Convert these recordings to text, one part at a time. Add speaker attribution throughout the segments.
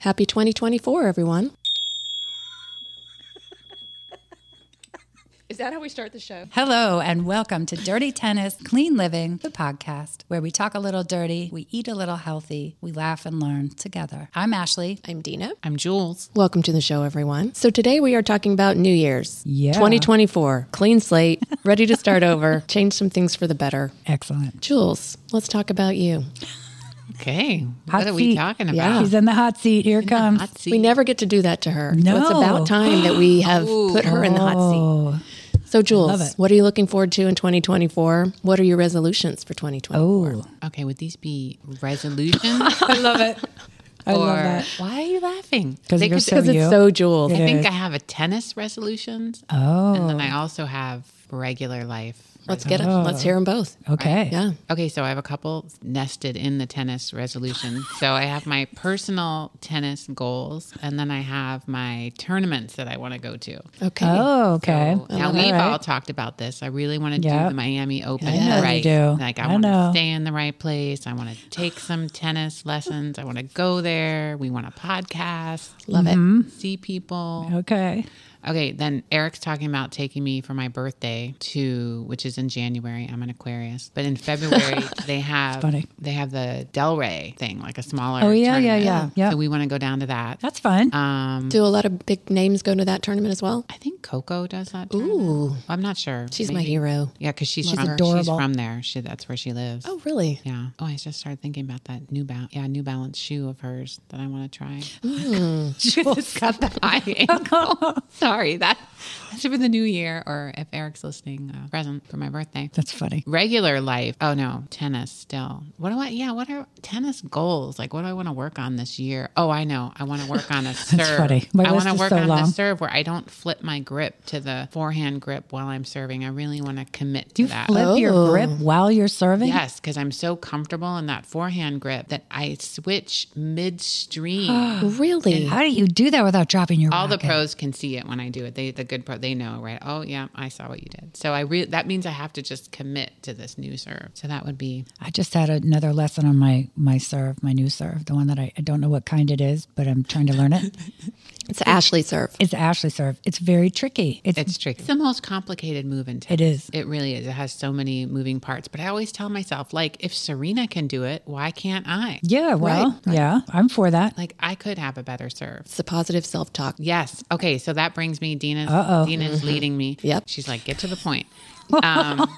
Speaker 1: Happy 2024, everyone. Is that how we start the show?
Speaker 2: Hello, and welcome to Dirty Tennis Clean Living, the podcast where we talk a little dirty, we eat a little healthy, we laugh and learn together. I'm Ashley.
Speaker 1: I'm Dina.
Speaker 3: I'm Jules.
Speaker 1: Welcome to the show, everyone. So today we are talking about New Year's.
Speaker 2: Yeah.
Speaker 1: 2024, clean slate, ready to start over, change some things for the better.
Speaker 2: Excellent.
Speaker 1: Jules, let's talk about you.
Speaker 3: Okay.
Speaker 2: Hot
Speaker 3: what are we
Speaker 2: seat.
Speaker 3: talking
Speaker 1: Yeah.
Speaker 3: about?
Speaker 2: She's in the hot seat. Here it comes.
Speaker 3: Hot
Speaker 1: We
Speaker 3: seat.
Speaker 1: never get to do that to her. So it's
Speaker 2: No.
Speaker 1: about time that we have put her in the hot
Speaker 2: Oh,
Speaker 1: seat. So, Jules,
Speaker 2: it.
Speaker 1: what are you looking forward to in 2024? What are your resolutions for 2024?
Speaker 2: oh.
Speaker 3: okay, would these be resolutions?
Speaker 2: I love it. I
Speaker 3: or
Speaker 2: love that.
Speaker 3: why are you laughing?
Speaker 2: 'Cause
Speaker 3: They
Speaker 2: you're
Speaker 3: could-
Speaker 2: so
Speaker 1: Because it's
Speaker 2: you.
Speaker 1: so Jules.
Speaker 3: I think
Speaker 2: is.
Speaker 3: I have a tennis resolutions, and
Speaker 2: Oh,
Speaker 3: then I also have regular life.
Speaker 1: Let's get them. Let's hear them both.
Speaker 2: okay.
Speaker 1: Yeah.
Speaker 3: Okay, so I have a couple nested in the tennis resolution. so I have my personal tennis goals, and then I have my tournaments that I want to go to.
Speaker 1: Okay.
Speaker 2: Oh, okay.
Speaker 3: So now
Speaker 2: All
Speaker 3: we've
Speaker 2: right.
Speaker 3: all talked about this. I really want to
Speaker 2: Yep.
Speaker 3: do the Miami Open
Speaker 2: I know you
Speaker 3: right.
Speaker 2: do.
Speaker 3: Like
Speaker 2: I
Speaker 3: I, want
Speaker 2: know.
Speaker 3: to stay in the right place. I want to take some tennis lessons. I want to go there. We want a podcast.
Speaker 1: Love
Speaker 2: mm-hmm.
Speaker 1: it.
Speaker 2: Mm.
Speaker 3: See people.
Speaker 2: Okay.
Speaker 3: Okay, then Eric's talking about taking me for my birthday to, which is in January. I'm an Aquarius, but in February they have
Speaker 2: funny.
Speaker 3: they have the Delray thing, like a smaller.
Speaker 2: Oh, yeah, yeah,
Speaker 3: tournament.
Speaker 2: yeah, yeah.
Speaker 3: So we want to go down to that.
Speaker 2: That's fun.
Speaker 3: Um,
Speaker 1: Do a lot of big names go to that tournament as well?
Speaker 3: I think Coco does that. tournament.
Speaker 1: Ooh,
Speaker 3: I'm not sure.
Speaker 1: she's my
Speaker 3: Maybe.
Speaker 1: hero.
Speaker 3: Yeah, because she's
Speaker 1: Love
Speaker 3: from,
Speaker 1: her.
Speaker 3: she's
Speaker 2: Adorable.
Speaker 3: from there. She that's where she lives.
Speaker 1: Oh, really?
Speaker 3: Yeah. Oh, I just started thinking about that New Balance. Yeah, New Balance shoe of hers that I want to try.
Speaker 1: Mm.
Speaker 3: Jules got the high ankle. Sorry, that, that should be the new year, or if Eric's listening, uh, present for my birthday.
Speaker 2: That's funny.
Speaker 3: Regular life. Oh no, tennis still. What do I? Yeah, what are tennis goals? Like, what do I want to work on this year? Oh, I know. I want to work on a serve.
Speaker 2: funny. My
Speaker 3: I
Speaker 2: list
Speaker 3: want to
Speaker 2: is
Speaker 3: work
Speaker 2: so
Speaker 3: on
Speaker 2: long.
Speaker 3: the serve where I don't flip my grip to the forehand grip while I'm serving. I really want to commit to
Speaker 2: Do you
Speaker 3: that.
Speaker 2: flip your grip while you're serving?
Speaker 3: Yes, because I'm so comfortable in that forehand grip that I switch midstream.
Speaker 1: Really?
Speaker 2: How do you do that without dropping your
Speaker 3: All the
Speaker 2: racket?
Speaker 3: pros can see it when I do it. They, the good pro, they know, right? Oh yeah, I saw what you did. So I re- that means I have to just commit to this new serve. So that would be
Speaker 2: I just had another lesson on my my serve, my new serve, the one that I, I don't know what kind it is, but I'm trying to learn it.
Speaker 1: It's Ashley Serve.
Speaker 2: It's Ashley serve. It's very tricky. It's,
Speaker 3: it's tricky. It's the most complicated move in
Speaker 2: it
Speaker 3: tennis.
Speaker 2: is.
Speaker 3: It really is. It has so many moving parts. But I always tell myself, like, if Serena can do it, why can't I?
Speaker 2: Yeah, well, yeah, I'm for that.
Speaker 3: Like, I could have a better serve.
Speaker 1: It's the positive self talk.
Speaker 3: Yes. Okay. So that brings me Dina's.
Speaker 2: Uh-oh.
Speaker 3: Dina's leading me.
Speaker 1: Mm-hmm. Yep.
Speaker 3: She's like, get to the point. Um,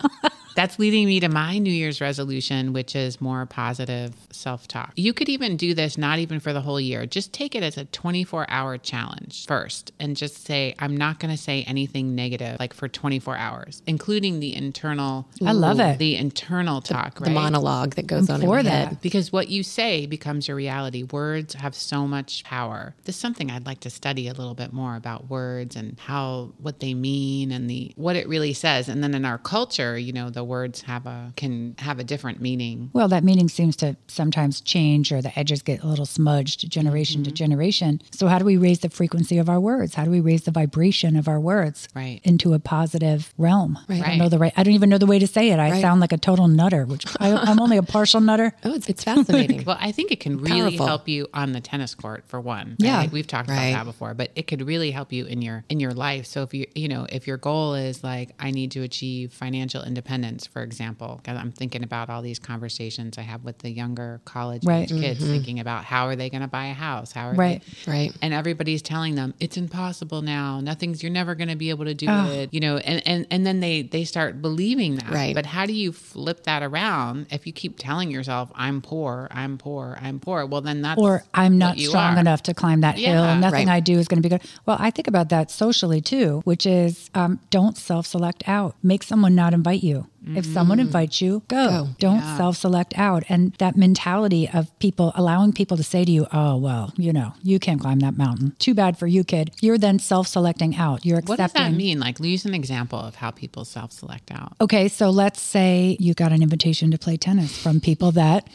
Speaker 3: that's leading me to my New Year's resolution, which is more positive self talk. You could even do this, not even for the whole year. Just take it as a 24 hour challenge first and just say, I'm not going to say anything negative, like for 24 hours, including the internal.
Speaker 2: I love it.
Speaker 3: The internal talk,
Speaker 1: The
Speaker 3: right?
Speaker 1: monologue that goes on in
Speaker 2: for
Speaker 1: my
Speaker 2: that.
Speaker 1: head.
Speaker 3: Because what you say becomes your reality. Words have so much power. This is something I'd like to study a little bit more about words and how what they mean and the what it really says. And then in our culture, you know, the words have a can have a different meaning.
Speaker 2: Well, that meaning seems to sometimes change or the edges get a little smudged generation
Speaker 3: Mm-hmm.
Speaker 2: to generation. So, how do we raise the frequency of our words? How do we raise the vibration of our words
Speaker 3: Right.
Speaker 2: into a positive realm? I don't
Speaker 3: Right.
Speaker 2: know the right, I don't even know the way to say it. I sound like a total nutter, which I, I'm only a partial nutter.
Speaker 1: Oh, it's, it's fascinating.
Speaker 3: Well, I think it can really
Speaker 1: Powerful.
Speaker 3: help you on the tennis court for one. right?
Speaker 2: Yeah.
Speaker 3: Like, we've talked
Speaker 1: Right.
Speaker 3: about that before, but it could really help you in your in your life. So if you you know if your goal is like I need to achieve financial independence, for example, 'cause I'm thinking about all these conversations I have with the younger college
Speaker 2: Right.
Speaker 3: kids, thinking about how are they going to buy a house, how are
Speaker 2: Right.
Speaker 3: they
Speaker 1: right.
Speaker 3: and everybody's telling them it's impossible now nothing's you're never going to be able to do it you know and, and and then they they start believing that
Speaker 1: Right.
Speaker 3: but how do you flip that around if you keep telling yourself i'm poor i'm poor i'm poor well then that's
Speaker 2: Or I'm not
Speaker 3: what you
Speaker 2: strong
Speaker 3: are.
Speaker 2: enough to climb that hill.
Speaker 3: Yeah.
Speaker 2: Nothing
Speaker 1: Right.
Speaker 2: I do is going to be good. Well, I think about that socially too, which is um, don't self select out. Make someone not invite you. If someone
Speaker 3: Mm.
Speaker 2: invites you, go. Don't self select out. And that mentality of people allowing people to say to you, oh, well, you know, you can't climb that mountain. Too bad for you, kid. You're then self selecting out. You're accepting.
Speaker 3: what does that mean like use an example of how people self-select out
Speaker 2: Okay, so let's say you got an invitation to play tennis from people that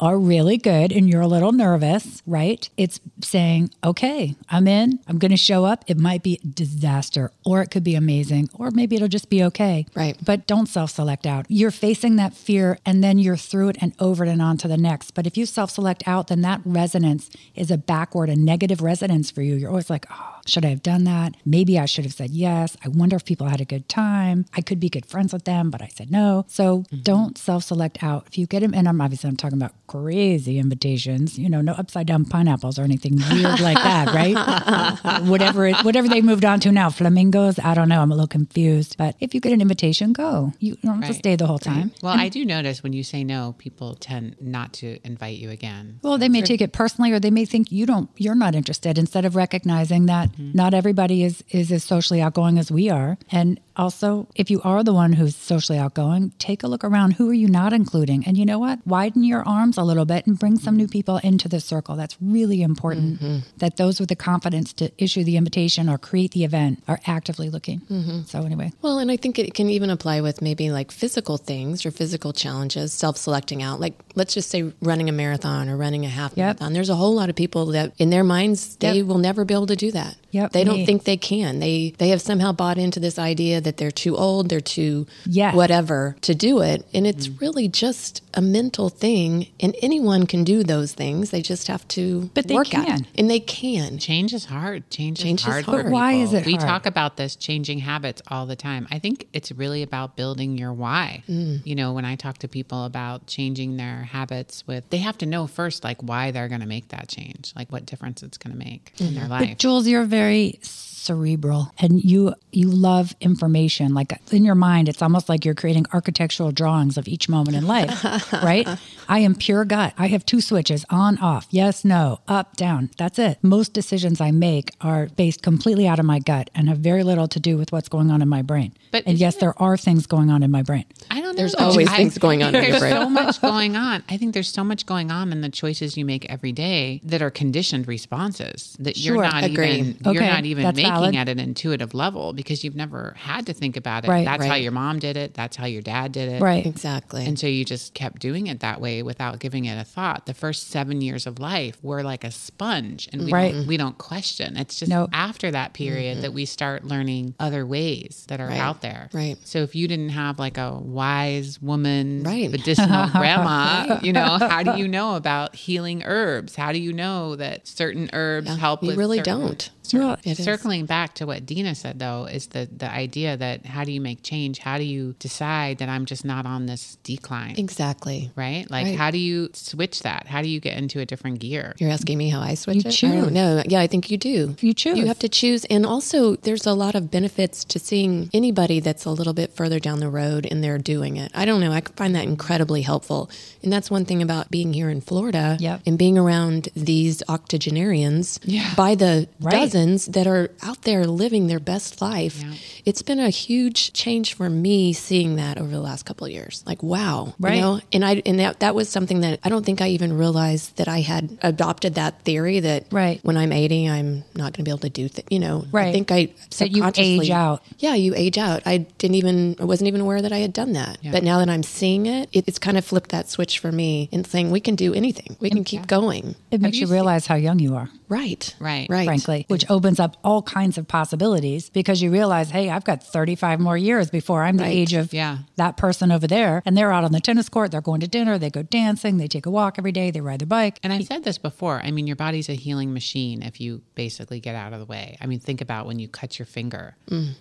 Speaker 2: are really good and you're a little nervous, right? It's saying, okay, I'm in, I'm going to show up. It might be disaster or it could be amazing or maybe it'll just be okay.
Speaker 1: Right.
Speaker 2: But don't self select out. You're facing that fear and then you're through it and over it and on to the next. But if you self select out, then that resonance is a backward, a negative resonance for you. You're always like, oh, should I have done that? Maybe I should have said yes. I wonder if people had a good time. I could be good friends with them, but I said no. So
Speaker 3: Mm-hmm.
Speaker 2: don't self select out. If you get them, and I'm obviously I'm talking about crazy invitations, you know, no upside down pineapples or anything weird like that, right? whatever it, whatever they moved on to now, flamingos, I don't know. I'm a little confused. But if you get an invitation, go. You don't have to
Speaker 3: Right.
Speaker 2: stay the whole time.
Speaker 3: Well, I do notice when you say no, people tend not to invite you again.
Speaker 2: Well, they may take it personally, or they may think you don't, you're not interested. Instead of recognizing that not everybody is is as socially outgoing as we are, and also if you are the one who's socially outgoing, take a look around. Who are you not including? And you know what? Widen your arms a little bit and bring some new people into the circle. That's really important. That those with the confidence to issue the invitation or create the event are actively looking. So anyway,
Speaker 1: Well, and I think it can even apply with maybe like physical things or physical challenges, self selecting out. Like, let's just say running a marathon or running a half
Speaker 2: Yep.
Speaker 1: marathon. There's a whole lot of people that, in their minds, they
Speaker 2: Yep.
Speaker 1: will never be able to do that.
Speaker 2: Yep,
Speaker 1: They don't
Speaker 2: me.
Speaker 1: think they can. They they have somehow bought into this idea that they're too old, they're too
Speaker 2: Yes. Mm-hmm.
Speaker 1: whatever to do it. And it's really just a mental thing. And anyone can do those things. They just have to
Speaker 2: But they
Speaker 1: work at it.
Speaker 2: can.
Speaker 1: And they can.
Speaker 3: Change is hard. Change,
Speaker 1: Change
Speaker 3: is
Speaker 1: is
Speaker 3: hard. for
Speaker 1: hard. But
Speaker 2: why
Speaker 3: people.
Speaker 2: is it
Speaker 3: We
Speaker 2: hard?
Speaker 3: talk about this changing habits all the time. I think it's really about building your why.
Speaker 2: Mm.
Speaker 3: You know, when I talk to people about changing their habits with they have to know first like why they're going to make that change, like what difference it's going to make in their life.
Speaker 2: Mm-hmm. But Jules, you're very cerebral and you you love information. Like in your mind, it's almost like you're creating architectural drawings of each moment in life, right? I am pure gut. I have two switches on off. Yes, no, up, down. That's it. Most decisions I make are based completely out of my gut and have very little to do with what's going on in my brain.
Speaker 3: But
Speaker 2: and yes, there are things going on in my brain.
Speaker 3: I don't know.
Speaker 1: There's always
Speaker 3: I-
Speaker 1: things going on in your
Speaker 3: There's
Speaker 1: brain.
Speaker 3: so much going on. I think there's so much going on in the choices you make every day that are conditioned responses that you're
Speaker 2: Sure,
Speaker 3: not
Speaker 1: agree.
Speaker 3: even
Speaker 2: Okay,
Speaker 3: you're not even
Speaker 2: that's
Speaker 3: making
Speaker 2: valid.
Speaker 3: at an intuitive level because you've never had to think about it.
Speaker 2: Right.
Speaker 3: that's how
Speaker 1: Right.
Speaker 3: your mom did it. That's how your dad did it.
Speaker 2: Right.
Speaker 1: Exactly.
Speaker 3: And so you just kept doing it that way without giving it a thought. The first seven years of life, we're like a sponge and we,
Speaker 2: Right.
Speaker 3: don't, we don't question. It's just
Speaker 2: Nope.
Speaker 3: after that period that we start learning other ways that are out there.
Speaker 1: Right.
Speaker 3: So if you didn't have like a wise woman,
Speaker 1: Right.
Speaker 3: medicinal grandma, you know, how do you know about healing herbs? How do you know that certain herbs help
Speaker 1: you
Speaker 3: with
Speaker 1: really
Speaker 3: certain-
Speaker 1: don't.
Speaker 3: Cir-
Speaker 2: Well,
Speaker 1: it is.
Speaker 3: circling back to what Dina said, though, is the the idea that how do you make change? How do you decide that I'm just not on this decline?
Speaker 1: Exactly.
Speaker 3: Right? Like,
Speaker 1: Right.
Speaker 3: how do you switch that? How do you get into a different gear?
Speaker 1: You're asking me how I switch
Speaker 2: You
Speaker 1: it? I
Speaker 2: choose.
Speaker 1: don't know. Yeah, I think you do.
Speaker 2: You choose.
Speaker 1: You have to choose. And also, there's a lot of benefits to seeing anybody that's a little bit further down the road and they're doing it. I don't know. I find that incredibly helpful. And that's one thing about being here in Florida
Speaker 2: Yep.
Speaker 1: and being around these octogenarians
Speaker 3: Yeah.
Speaker 1: by the
Speaker 2: Right.
Speaker 1: dozens that are out there living their best life.
Speaker 3: Yeah.
Speaker 1: It's been a huge change for me seeing that over the last couple of years. Like, wow.
Speaker 2: Right.
Speaker 1: You know, and I and that that was something that I don't think I even realized that I had adopted that theory that
Speaker 2: Right.
Speaker 1: when I'm 80 I'm not going to be able to do th- you know I
Speaker 2: Right.
Speaker 1: think I
Speaker 2: That you
Speaker 1: subconsciously
Speaker 2: age out.
Speaker 1: yeah you age out I didn't even I wasn't even aware that I had done that but now that I'm seeing it, it it's kind of flipped that switch for me and saying we can do anything we can keep going
Speaker 2: It makes you realize how young you are.
Speaker 1: right
Speaker 3: Right.
Speaker 1: right
Speaker 2: frankly, which opens up all kinds of possibilities because you realize, hey, I've got 35 more years before I'm the
Speaker 1: Right.
Speaker 2: age of
Speaker 3: Yeah.
Speaker 2: that person over there. And they're out on the tennis court, they're going to dinner, they go dancing, they take a walk every day, they ride their bike.
Speaker 3: And I've said this before. I mean, your body's a healing machine if you basically get out of the way. I mean, think about when you cut your finger,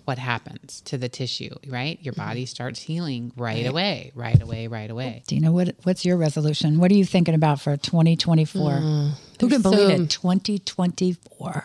Speaker 3: what happens to the tissue, right? Your body starts healing right away, right away, right away.
Speaker 2: Dina, what, what's your resolution? What are you thinking about for 2024?
Speaker 1: Mm.
Speaker 2: Who can believe
Speaker 1: so-
Speaker 2: it? 2024.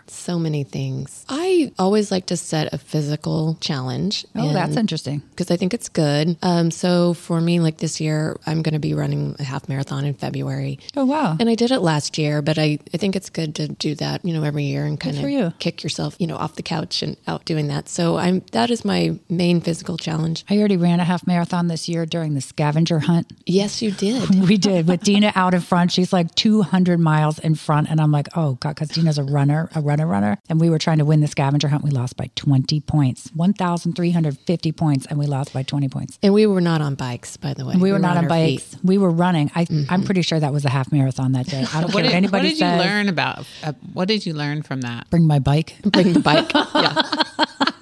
Speaker 1: so many things I always like to set a physical challenge
Speaker 2: Oh, that's interesting.
Speaker 1: because I think it's good. Um, so for me, like this year, I'm going to be running a half marathon in February.
Speaker 2: Oh, wow.
Speaker 1: And I did it last year, but I, I think it's good to do that, you know, every year and kind
Speaker 2: for you.
Speaker 1: of kick yourself, you know, off the couch and out doing that. So I'm that is my main physical challenge.
Speaker 2: I already ran a half marathon this year during the scavenger hunt.
Speaker 1: Yes, you did.
Speaker 2: We did with Dina out in front. She's like 200 miles in front, and I'm like, oh god, because Dina's a runner, a runner, runner, and we were trying to win the scavenger hunt. We lost by 20 points, 1,350 points, and we lost by 20 points.
Speaker 1: And we were not on bikes, by the way.
Speaker 2: We were not on
Speaker 1: our
Speaker 2: bikes.
Speaker 1: feet.
Speaker 2: We were running. I, I'm pretty sure that was a half marathon that day. I don't care
Speaker 3: What did,
Speaker 2: what anybody
Speaker 3: what did
Speaker 2: says.
Speaker 3: you learn about? Uh, what did you learn from that?
Speaker 2: Bring my bike.
Speaker 1: Bring the bike. yeah,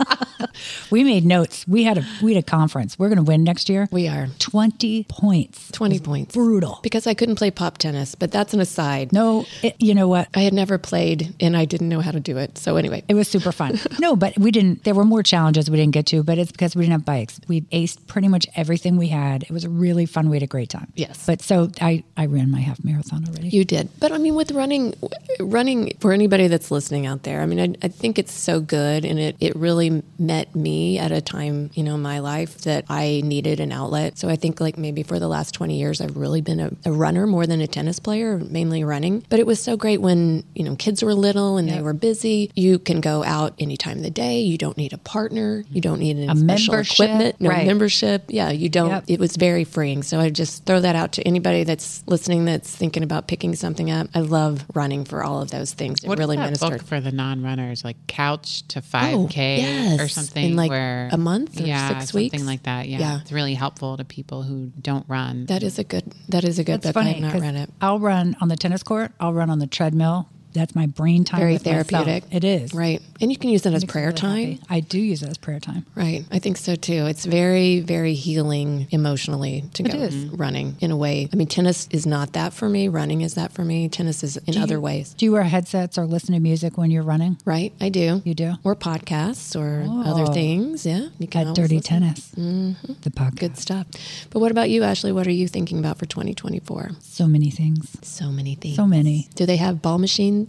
Speaker 2: We made notes. We had a we had a conference. We're going to win next year.
Speaker 1: we are.
Speaker 2: 20 points.
Speaker 1: 20 points.
Speaker 2: Brutal.
Speaker 1: Because I couldn't play pop tennis, but that's an aside.
Speaker 2: No, it, you know what?
Speaker 1: I had never played and I didn't know how to do it. So anyway,
Speaker 2: It was super fun. No, but we didn't. There were more challenges we didn't get to, but it's because we didn't have bikes. We aced pretty much everything we had. It was a really fun. We had a great time.
Speaker 1: Yes.
Speaker 2: But so I, I ran my half marathon already.
Speaker 1: you did. But I mean, with running, running for anybody that's listening out there, I mean, I, I think it's so good and it, it really met me at a time, you know, in my life that I needed an outlet. So I think like maybe for the last 20 years, I've really been a, a runner more than a tennis player, mainly running. But it was so great when, you know, kids were little and they were busy. You can go out any time of the day. You don't need a partner. You don't need any special
Speaker 2: membership,
Speaker 1: equipment. No
Speaker 2: right.
Speaker 1: membership. Yeah, you don't.
Speaker 2: Yep.
Speaker 1: It was very freeing. So I just throw that out to anybody that's listening that's thinking about picking something up. I love running for all of those things. It
Speaker 3: What is
Speaker 1: really
Speaker 3: that
Speaker 1: ministered. Oh,
Speaker 3: book for the non-runners, like Couch to 5K
Speaker 1: yes.
Speaker 3: or something?
Speaker 1: In, like,
Speaker 3: where,
Speaker 1: a month or
Speaker 3: yeah,
Speaker 1: six
Speaker 3: something
Speaker 1: weeks?
Speaker 3: like that. Yeah.
Speaker 1: Yeah.
Speaker 3: it's really helpful to people who don't run.
Speaker 1: That is a good. That is a good
Speaker 2: That's
Speaker 1: book. I
Speaker 2: funny.
Speaker 1: have not
Speaker 2: 'cause
Speaker 1: read it.
Speaker 2: I'll run on the tennis court. I'll run on the treadmill. That's my brain time.
Speaker 1: Very
Speaker 2: with myself.
Speaker 1: therapeutic.
Speaker 2: It is.
Speaker 1: Right, and you can use that as
Speaker 2: Makes me
Speaker 1: prayer
Speaker 2: really
Speaker 1: time.
Speaker 2: happy. I do use it as prayer time.
Speaker 1: Right, I think so too. It's very, very healing emotionally to go Mm-hmm.
Speaker 2: is.
Speaker 1: running in a way. I mean, tennis is not that for me. Running is that for me. Tennis is in other ways.
Speaker 2: Do you wear headsets or listen to music when you're running?
Speaker 1: Right, I do.
Speaker 2: You do?
Speaker 1: or podcasts or other things. Yeah, you can
Speaker 2: At
Speaker 1: always
Speaker 2: Dirty
Speaker 1: listen. Mm-hmm.
Speaker 2: Tennis, the podcast.
Speaker 1: good stuff. But what about you, Ashley? What are you thinking about for 2024?
Speaker 2: So many things.
Speaker 1: So many things.
Speaker 2: So many.
Speaker 1: Do they have ball machine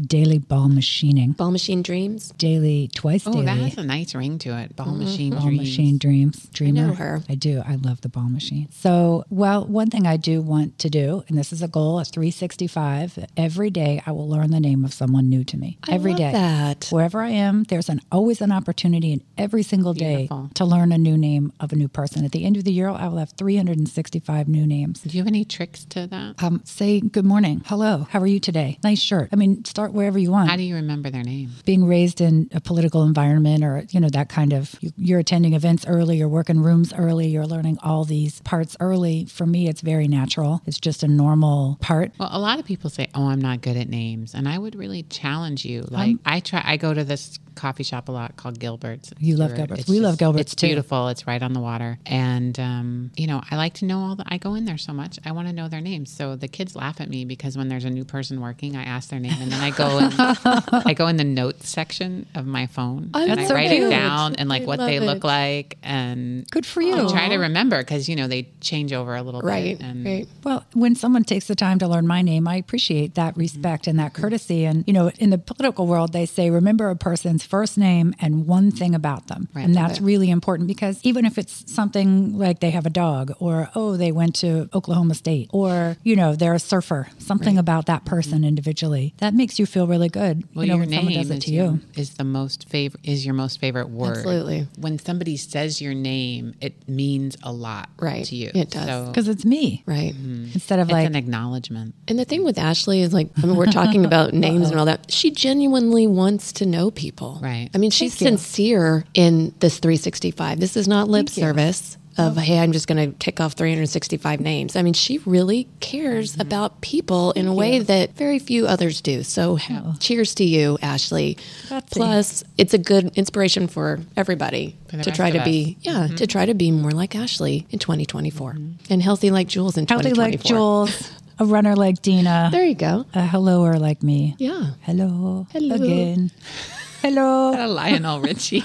Speaker 2: Daily ball machining.
Speaker 1: ball machine dreams?
Speaker 2: Daily, twice
Speaker 3: oh,
Speaker 2: daily.
Speaker 3: that has a nice ring to it. Ball
Speaker 1: Mm-hmm.
Speaker 3: machine,
Speaker 2: Ball
Speaker 3: dreams.
Speaker 2: machine dreams. Dreamer.
Speaker 1: know her.
Speaker 2: I do. I love the ball machine. So, well, one thing I do want to do, and this is a goal at 365, every day I will learn the name of someone new to me. Every
Speaker 1: love
Speaker 2: day.
Speaker 1: that.
Speaker 2: Wherever I am, there's an always an opportunity in every single day
Speaker 3: Beautiful.
Speaker 2: to learn a new name of a new person. At the end of the year, I will have 365 new names.
Speaker 3: Do you have any tricks to that?
Speaker 2: Um, say good morning. Hello. How are you today? Nice shirt. I mean, start wherever you want.
Speaker 3: How do you remember their name?
Speaker 2: being raised in a political environment or you know that kind of you- you're attending events early you're working rooms early you're learning all these parts early for me it's very natural it's just a normal part
Speaker 3: Well, a lot of people say, "Oh, I'm not good at names," and I would really challenge
Speaker 2: Um,
Speaker 3: you. Like, I try. I go to this coffee shop a lot called Gilbert's.
Speaker 2: You love
Speaker 3: We're-
Speaker 2: Gilbert's.
Speaker 3: it's
Speaker 2: We love Gilbert's,
Speaker 3: It's
Speaker 2: too.
Speaker 3: beautiful. It's right on the water, and um, you know, I like to know all the. I go in there so much. I want to know their names. So the kids laugh at me because when there's a new person working, I ask their name, and then I go. In, I go in the notes section of my phone
Speaker 1: Oh,
Speaker 3: and
Speaker 1: that's
Speaker 3: I
Speaker 1: so
Speaker 3: write
Speaker 1: cute.
Speaker 3: it down and like
Speaker 1: I
Speaker 3: what
Speaker 1: love
Speaker 3: they
Speaker 1: it.
Speaker 3: look like and.
Speaker 2: good for you
Speaker 3: I Try to remember because you know they change over a little
Speaker 1: Right,
Speaker 3: bit. And
Speaker 1: right.
Speaker 2: Well, when someone takes the time to learn my name, I appreciate
Speaker 3: Mm-hmm.
Speaker 2: that respect and that courtesy. And, you know, in the political world, they say remember a person's first name and one
Speaker 3: Mm-hmm.
Speaker 2: thing about them. And that's really important because even if it's something like they have a dog or, oh, they went to Oklahoma State or, you know, they're a surfer, something about that person individually, that makes you feel really good.
Speaker 3: Mm-hmm. Well,
Speaker 2: you know,
Speaker 3: your
Speaker 2: when someone
Speaker 3: name
Speaker 2: does it
Speaker 3: is,
Speaker 2: to
Speaker 3: your-
Speaker 2: you.
Speaker 3: is the most favorite is your most favorite word.
Speaker 1: Absolutely.
Speaker 3: When somebody says your name, it means a lot
Speaker 1: Right.
Speaker 3: to you.
Speaker 1: It does.
Speaker 3: So
Speaker 2: Because Oh. it's me
Speaker 1: Right.
Speaker 2: instead of
Speaker 3: Mm-hmm. it's
Speaker 2: like,
Speaker 3: an acknowledgement.
Speaker 1: And the thing with Ashley is like, I mean, we're talking about names and all that. She genuinely wants to know people.
Speaker 3: Right.
Speaker 1: I mean, she's sincere in this 365. This is not lip service
Speaker 3: Oh.
Speaker 1: of, hey, I'm just going to tick off 365 names. I mean, she really cares
Speaker 3: Mm-hmm.
Speaker 1: about people in a way that very few others do. So, cheers to you, Ashley. Plus, it's a good inspiration for everybody
Speaker 3: For the
Speaker 1: to
Speaker 3: rest
Speaker 1: try
Speaker 3: of
Speaker 1: to
Speaker 3: us. Mm-hmm.
Speaker 1: be, yeah, to try to be more like Ashley in 2024 and healthy like Jules in
Speaker 2: healthy
Speaker 1: 2024.
Speaker 2: like Jules, a runner like Dina.
Speaker 1: There you go.
Speaker 2: a helloer like me.
Speaker 1: Yeah.
Speaker 2: Hello.
Speaker 1: Hello.
Speaker 2: Again. Hello.
Speaker 3: A Lionel Richie.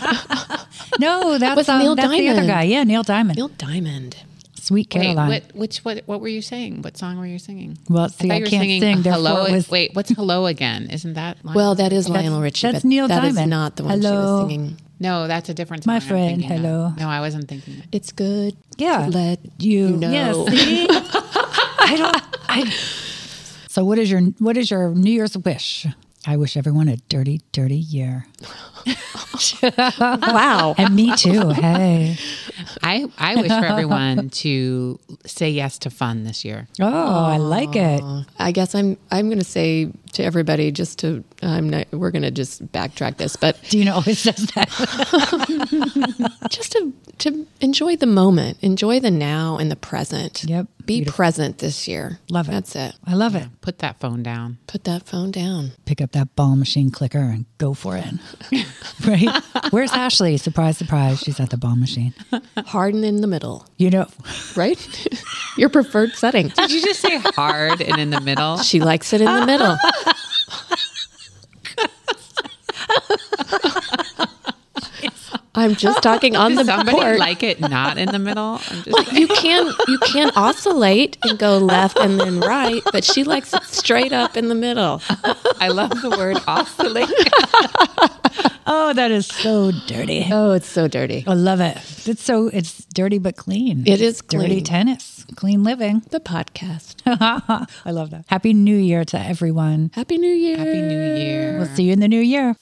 Speaker 2: No, that's,
Speaker 1: With
Speaker 2: um,
Speaker 1: Neil
Speaker 2: that's the other
Speaker 1: Diamond.
Speaker 2: guy. Yeah, Neil Diamond.
Speaker 1: Neil Diamond.
Speaker 2: Sweet
Speaker 3: wait,
Speaker 2: Caroline.
Speaker 3: what, which what what were you saying? What song were you singing?
Speaker 2: Well, see,
Speaker 3: thought
Speaker 2: I
Speaker 3: you were
Speaker 2: can't
Speaker 3: singing
Speaker 2: sing, therefore
Speaker 3: hello.
Speaker 2: it was-
Speaker 3: Wait, what's hello again? Isn't that Lionel?
Speaker 1: Well, that is Lionel Richie.
Speaker 2: that's
Speaker 1: but
Speaker 2: Neil
Speaker 1: that is
Speaker 2: Diamond.
Speaker 1: not the one she
Speaker 2: Hello.
Speaker 1: was singing.
Speaker 3: no, that's a different song.
Speaker 2: My
Speaker 3: I'm
Speaker 2: friend,
Speaker 3: thinking of.
Speaker 2: hello.
Speaker 3: No, I wasn't thinking. That.
Speaker 1: It's good.
Speaker 2: yeah.
Speaker 1: To let
Speaker 2: you,
Speaker 1: you know.
Speaker 2: Yeah, see? I don't. I, so, what is your what is your New Year's wish? I wish everyone a dirty, dirty year.
Speaker 1: wow.
Speaker 2: And me too. Hey,
Speaker 3: I, I wish for everyone to say yes to fun this year.
Speaker 2: Oh, I like it.
Speaker 1: I guess I'm I'm going to say to everybody just to I'm not, we're going to just backtrack this, but
Speaker 2: Dina always says that.
Speaker 1: just to to enjoy the moment, enjoy the now and the present.
Speaker 2: Yep.
Speaker 1: Be present this year.
Speaker 2: Love it.
Speaker 1: That's it.
Speaker 2: I love it.
Speaker 3: Put that phone down.
Speaker 1: Put that phone down.
Speaker 2: Pick up that ball machine clicker and go for it. right? Where's Ashley? Surprise, surprise. She's at the ball machine.
Speaker 1: Harden in the middle,
Speaker 2: You know,
Speaker 1: right? Your preferred setting.
Speaker 3: Did you just say hard and in the middle?
Speaker 1: She likes it in the middle. I'm just talking on the
Speaker 3: Does somebody
Speaker 1: board.
Speaker 3: like it not in the middle? I'm just
Speaker 1: you can you can oscillate and go left and then right, but she likes it straight up in the middle.
Speaker 3: I love the word oscillate.
Speaker 2: oh, that is so dirty.
Speaker 1: Oh, it's so dirty.
Speaker 2: I love it. It's so, it's dirty but clean.
Speaker 1: It is
Speaker 2: Dirty
Speaker 1: clean.
Speaker 2: tennis, clean living.
Speaker 1: The podcast.
Speaker 2: I love that. Happy New Year to everyone.
Speaker 1: Happy New Year.
Speaker 3: Happy New Year.
Speaker 2: We'll see you in the new year.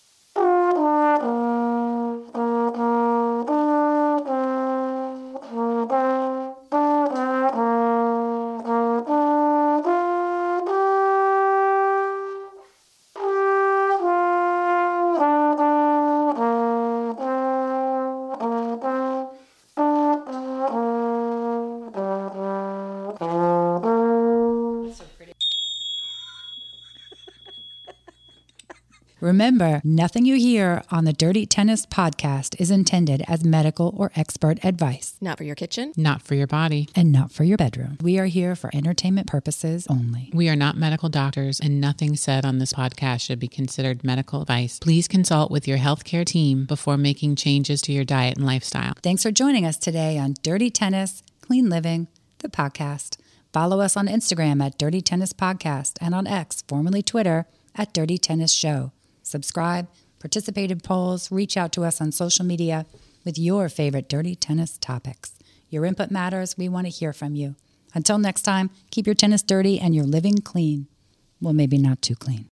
Speaker 2: Remember, nothing you hear on the Dirty Tennis podcast is intended as medical or expert advice
Speaker 1: Not for your kitchen.
Speaker 3: Not for your body.
Speaker 2: and not for your bedroom. We are here for entertainment purposes only.
Speaker 3: We are not medical doctors, and nothing said on this podcast should be considered medical advice. Please consult with your healthcare team before making changes to your diet and lifestyle.
Speaker 2: Thanks for joining us today on Dirty Tennis, Clean Living, the podcast. Follow us on Instagram at Dirty Tennis Podcast and on X, formerly Twitter, at Dirty Tennis Show. Subscribe, participate in polls, reach out to us on social media with your favorite dirty tennis topics. Your input matters. We want to hear from you. Until next time, keep your tennis dirty and your living clean. Well, maybe not too clean.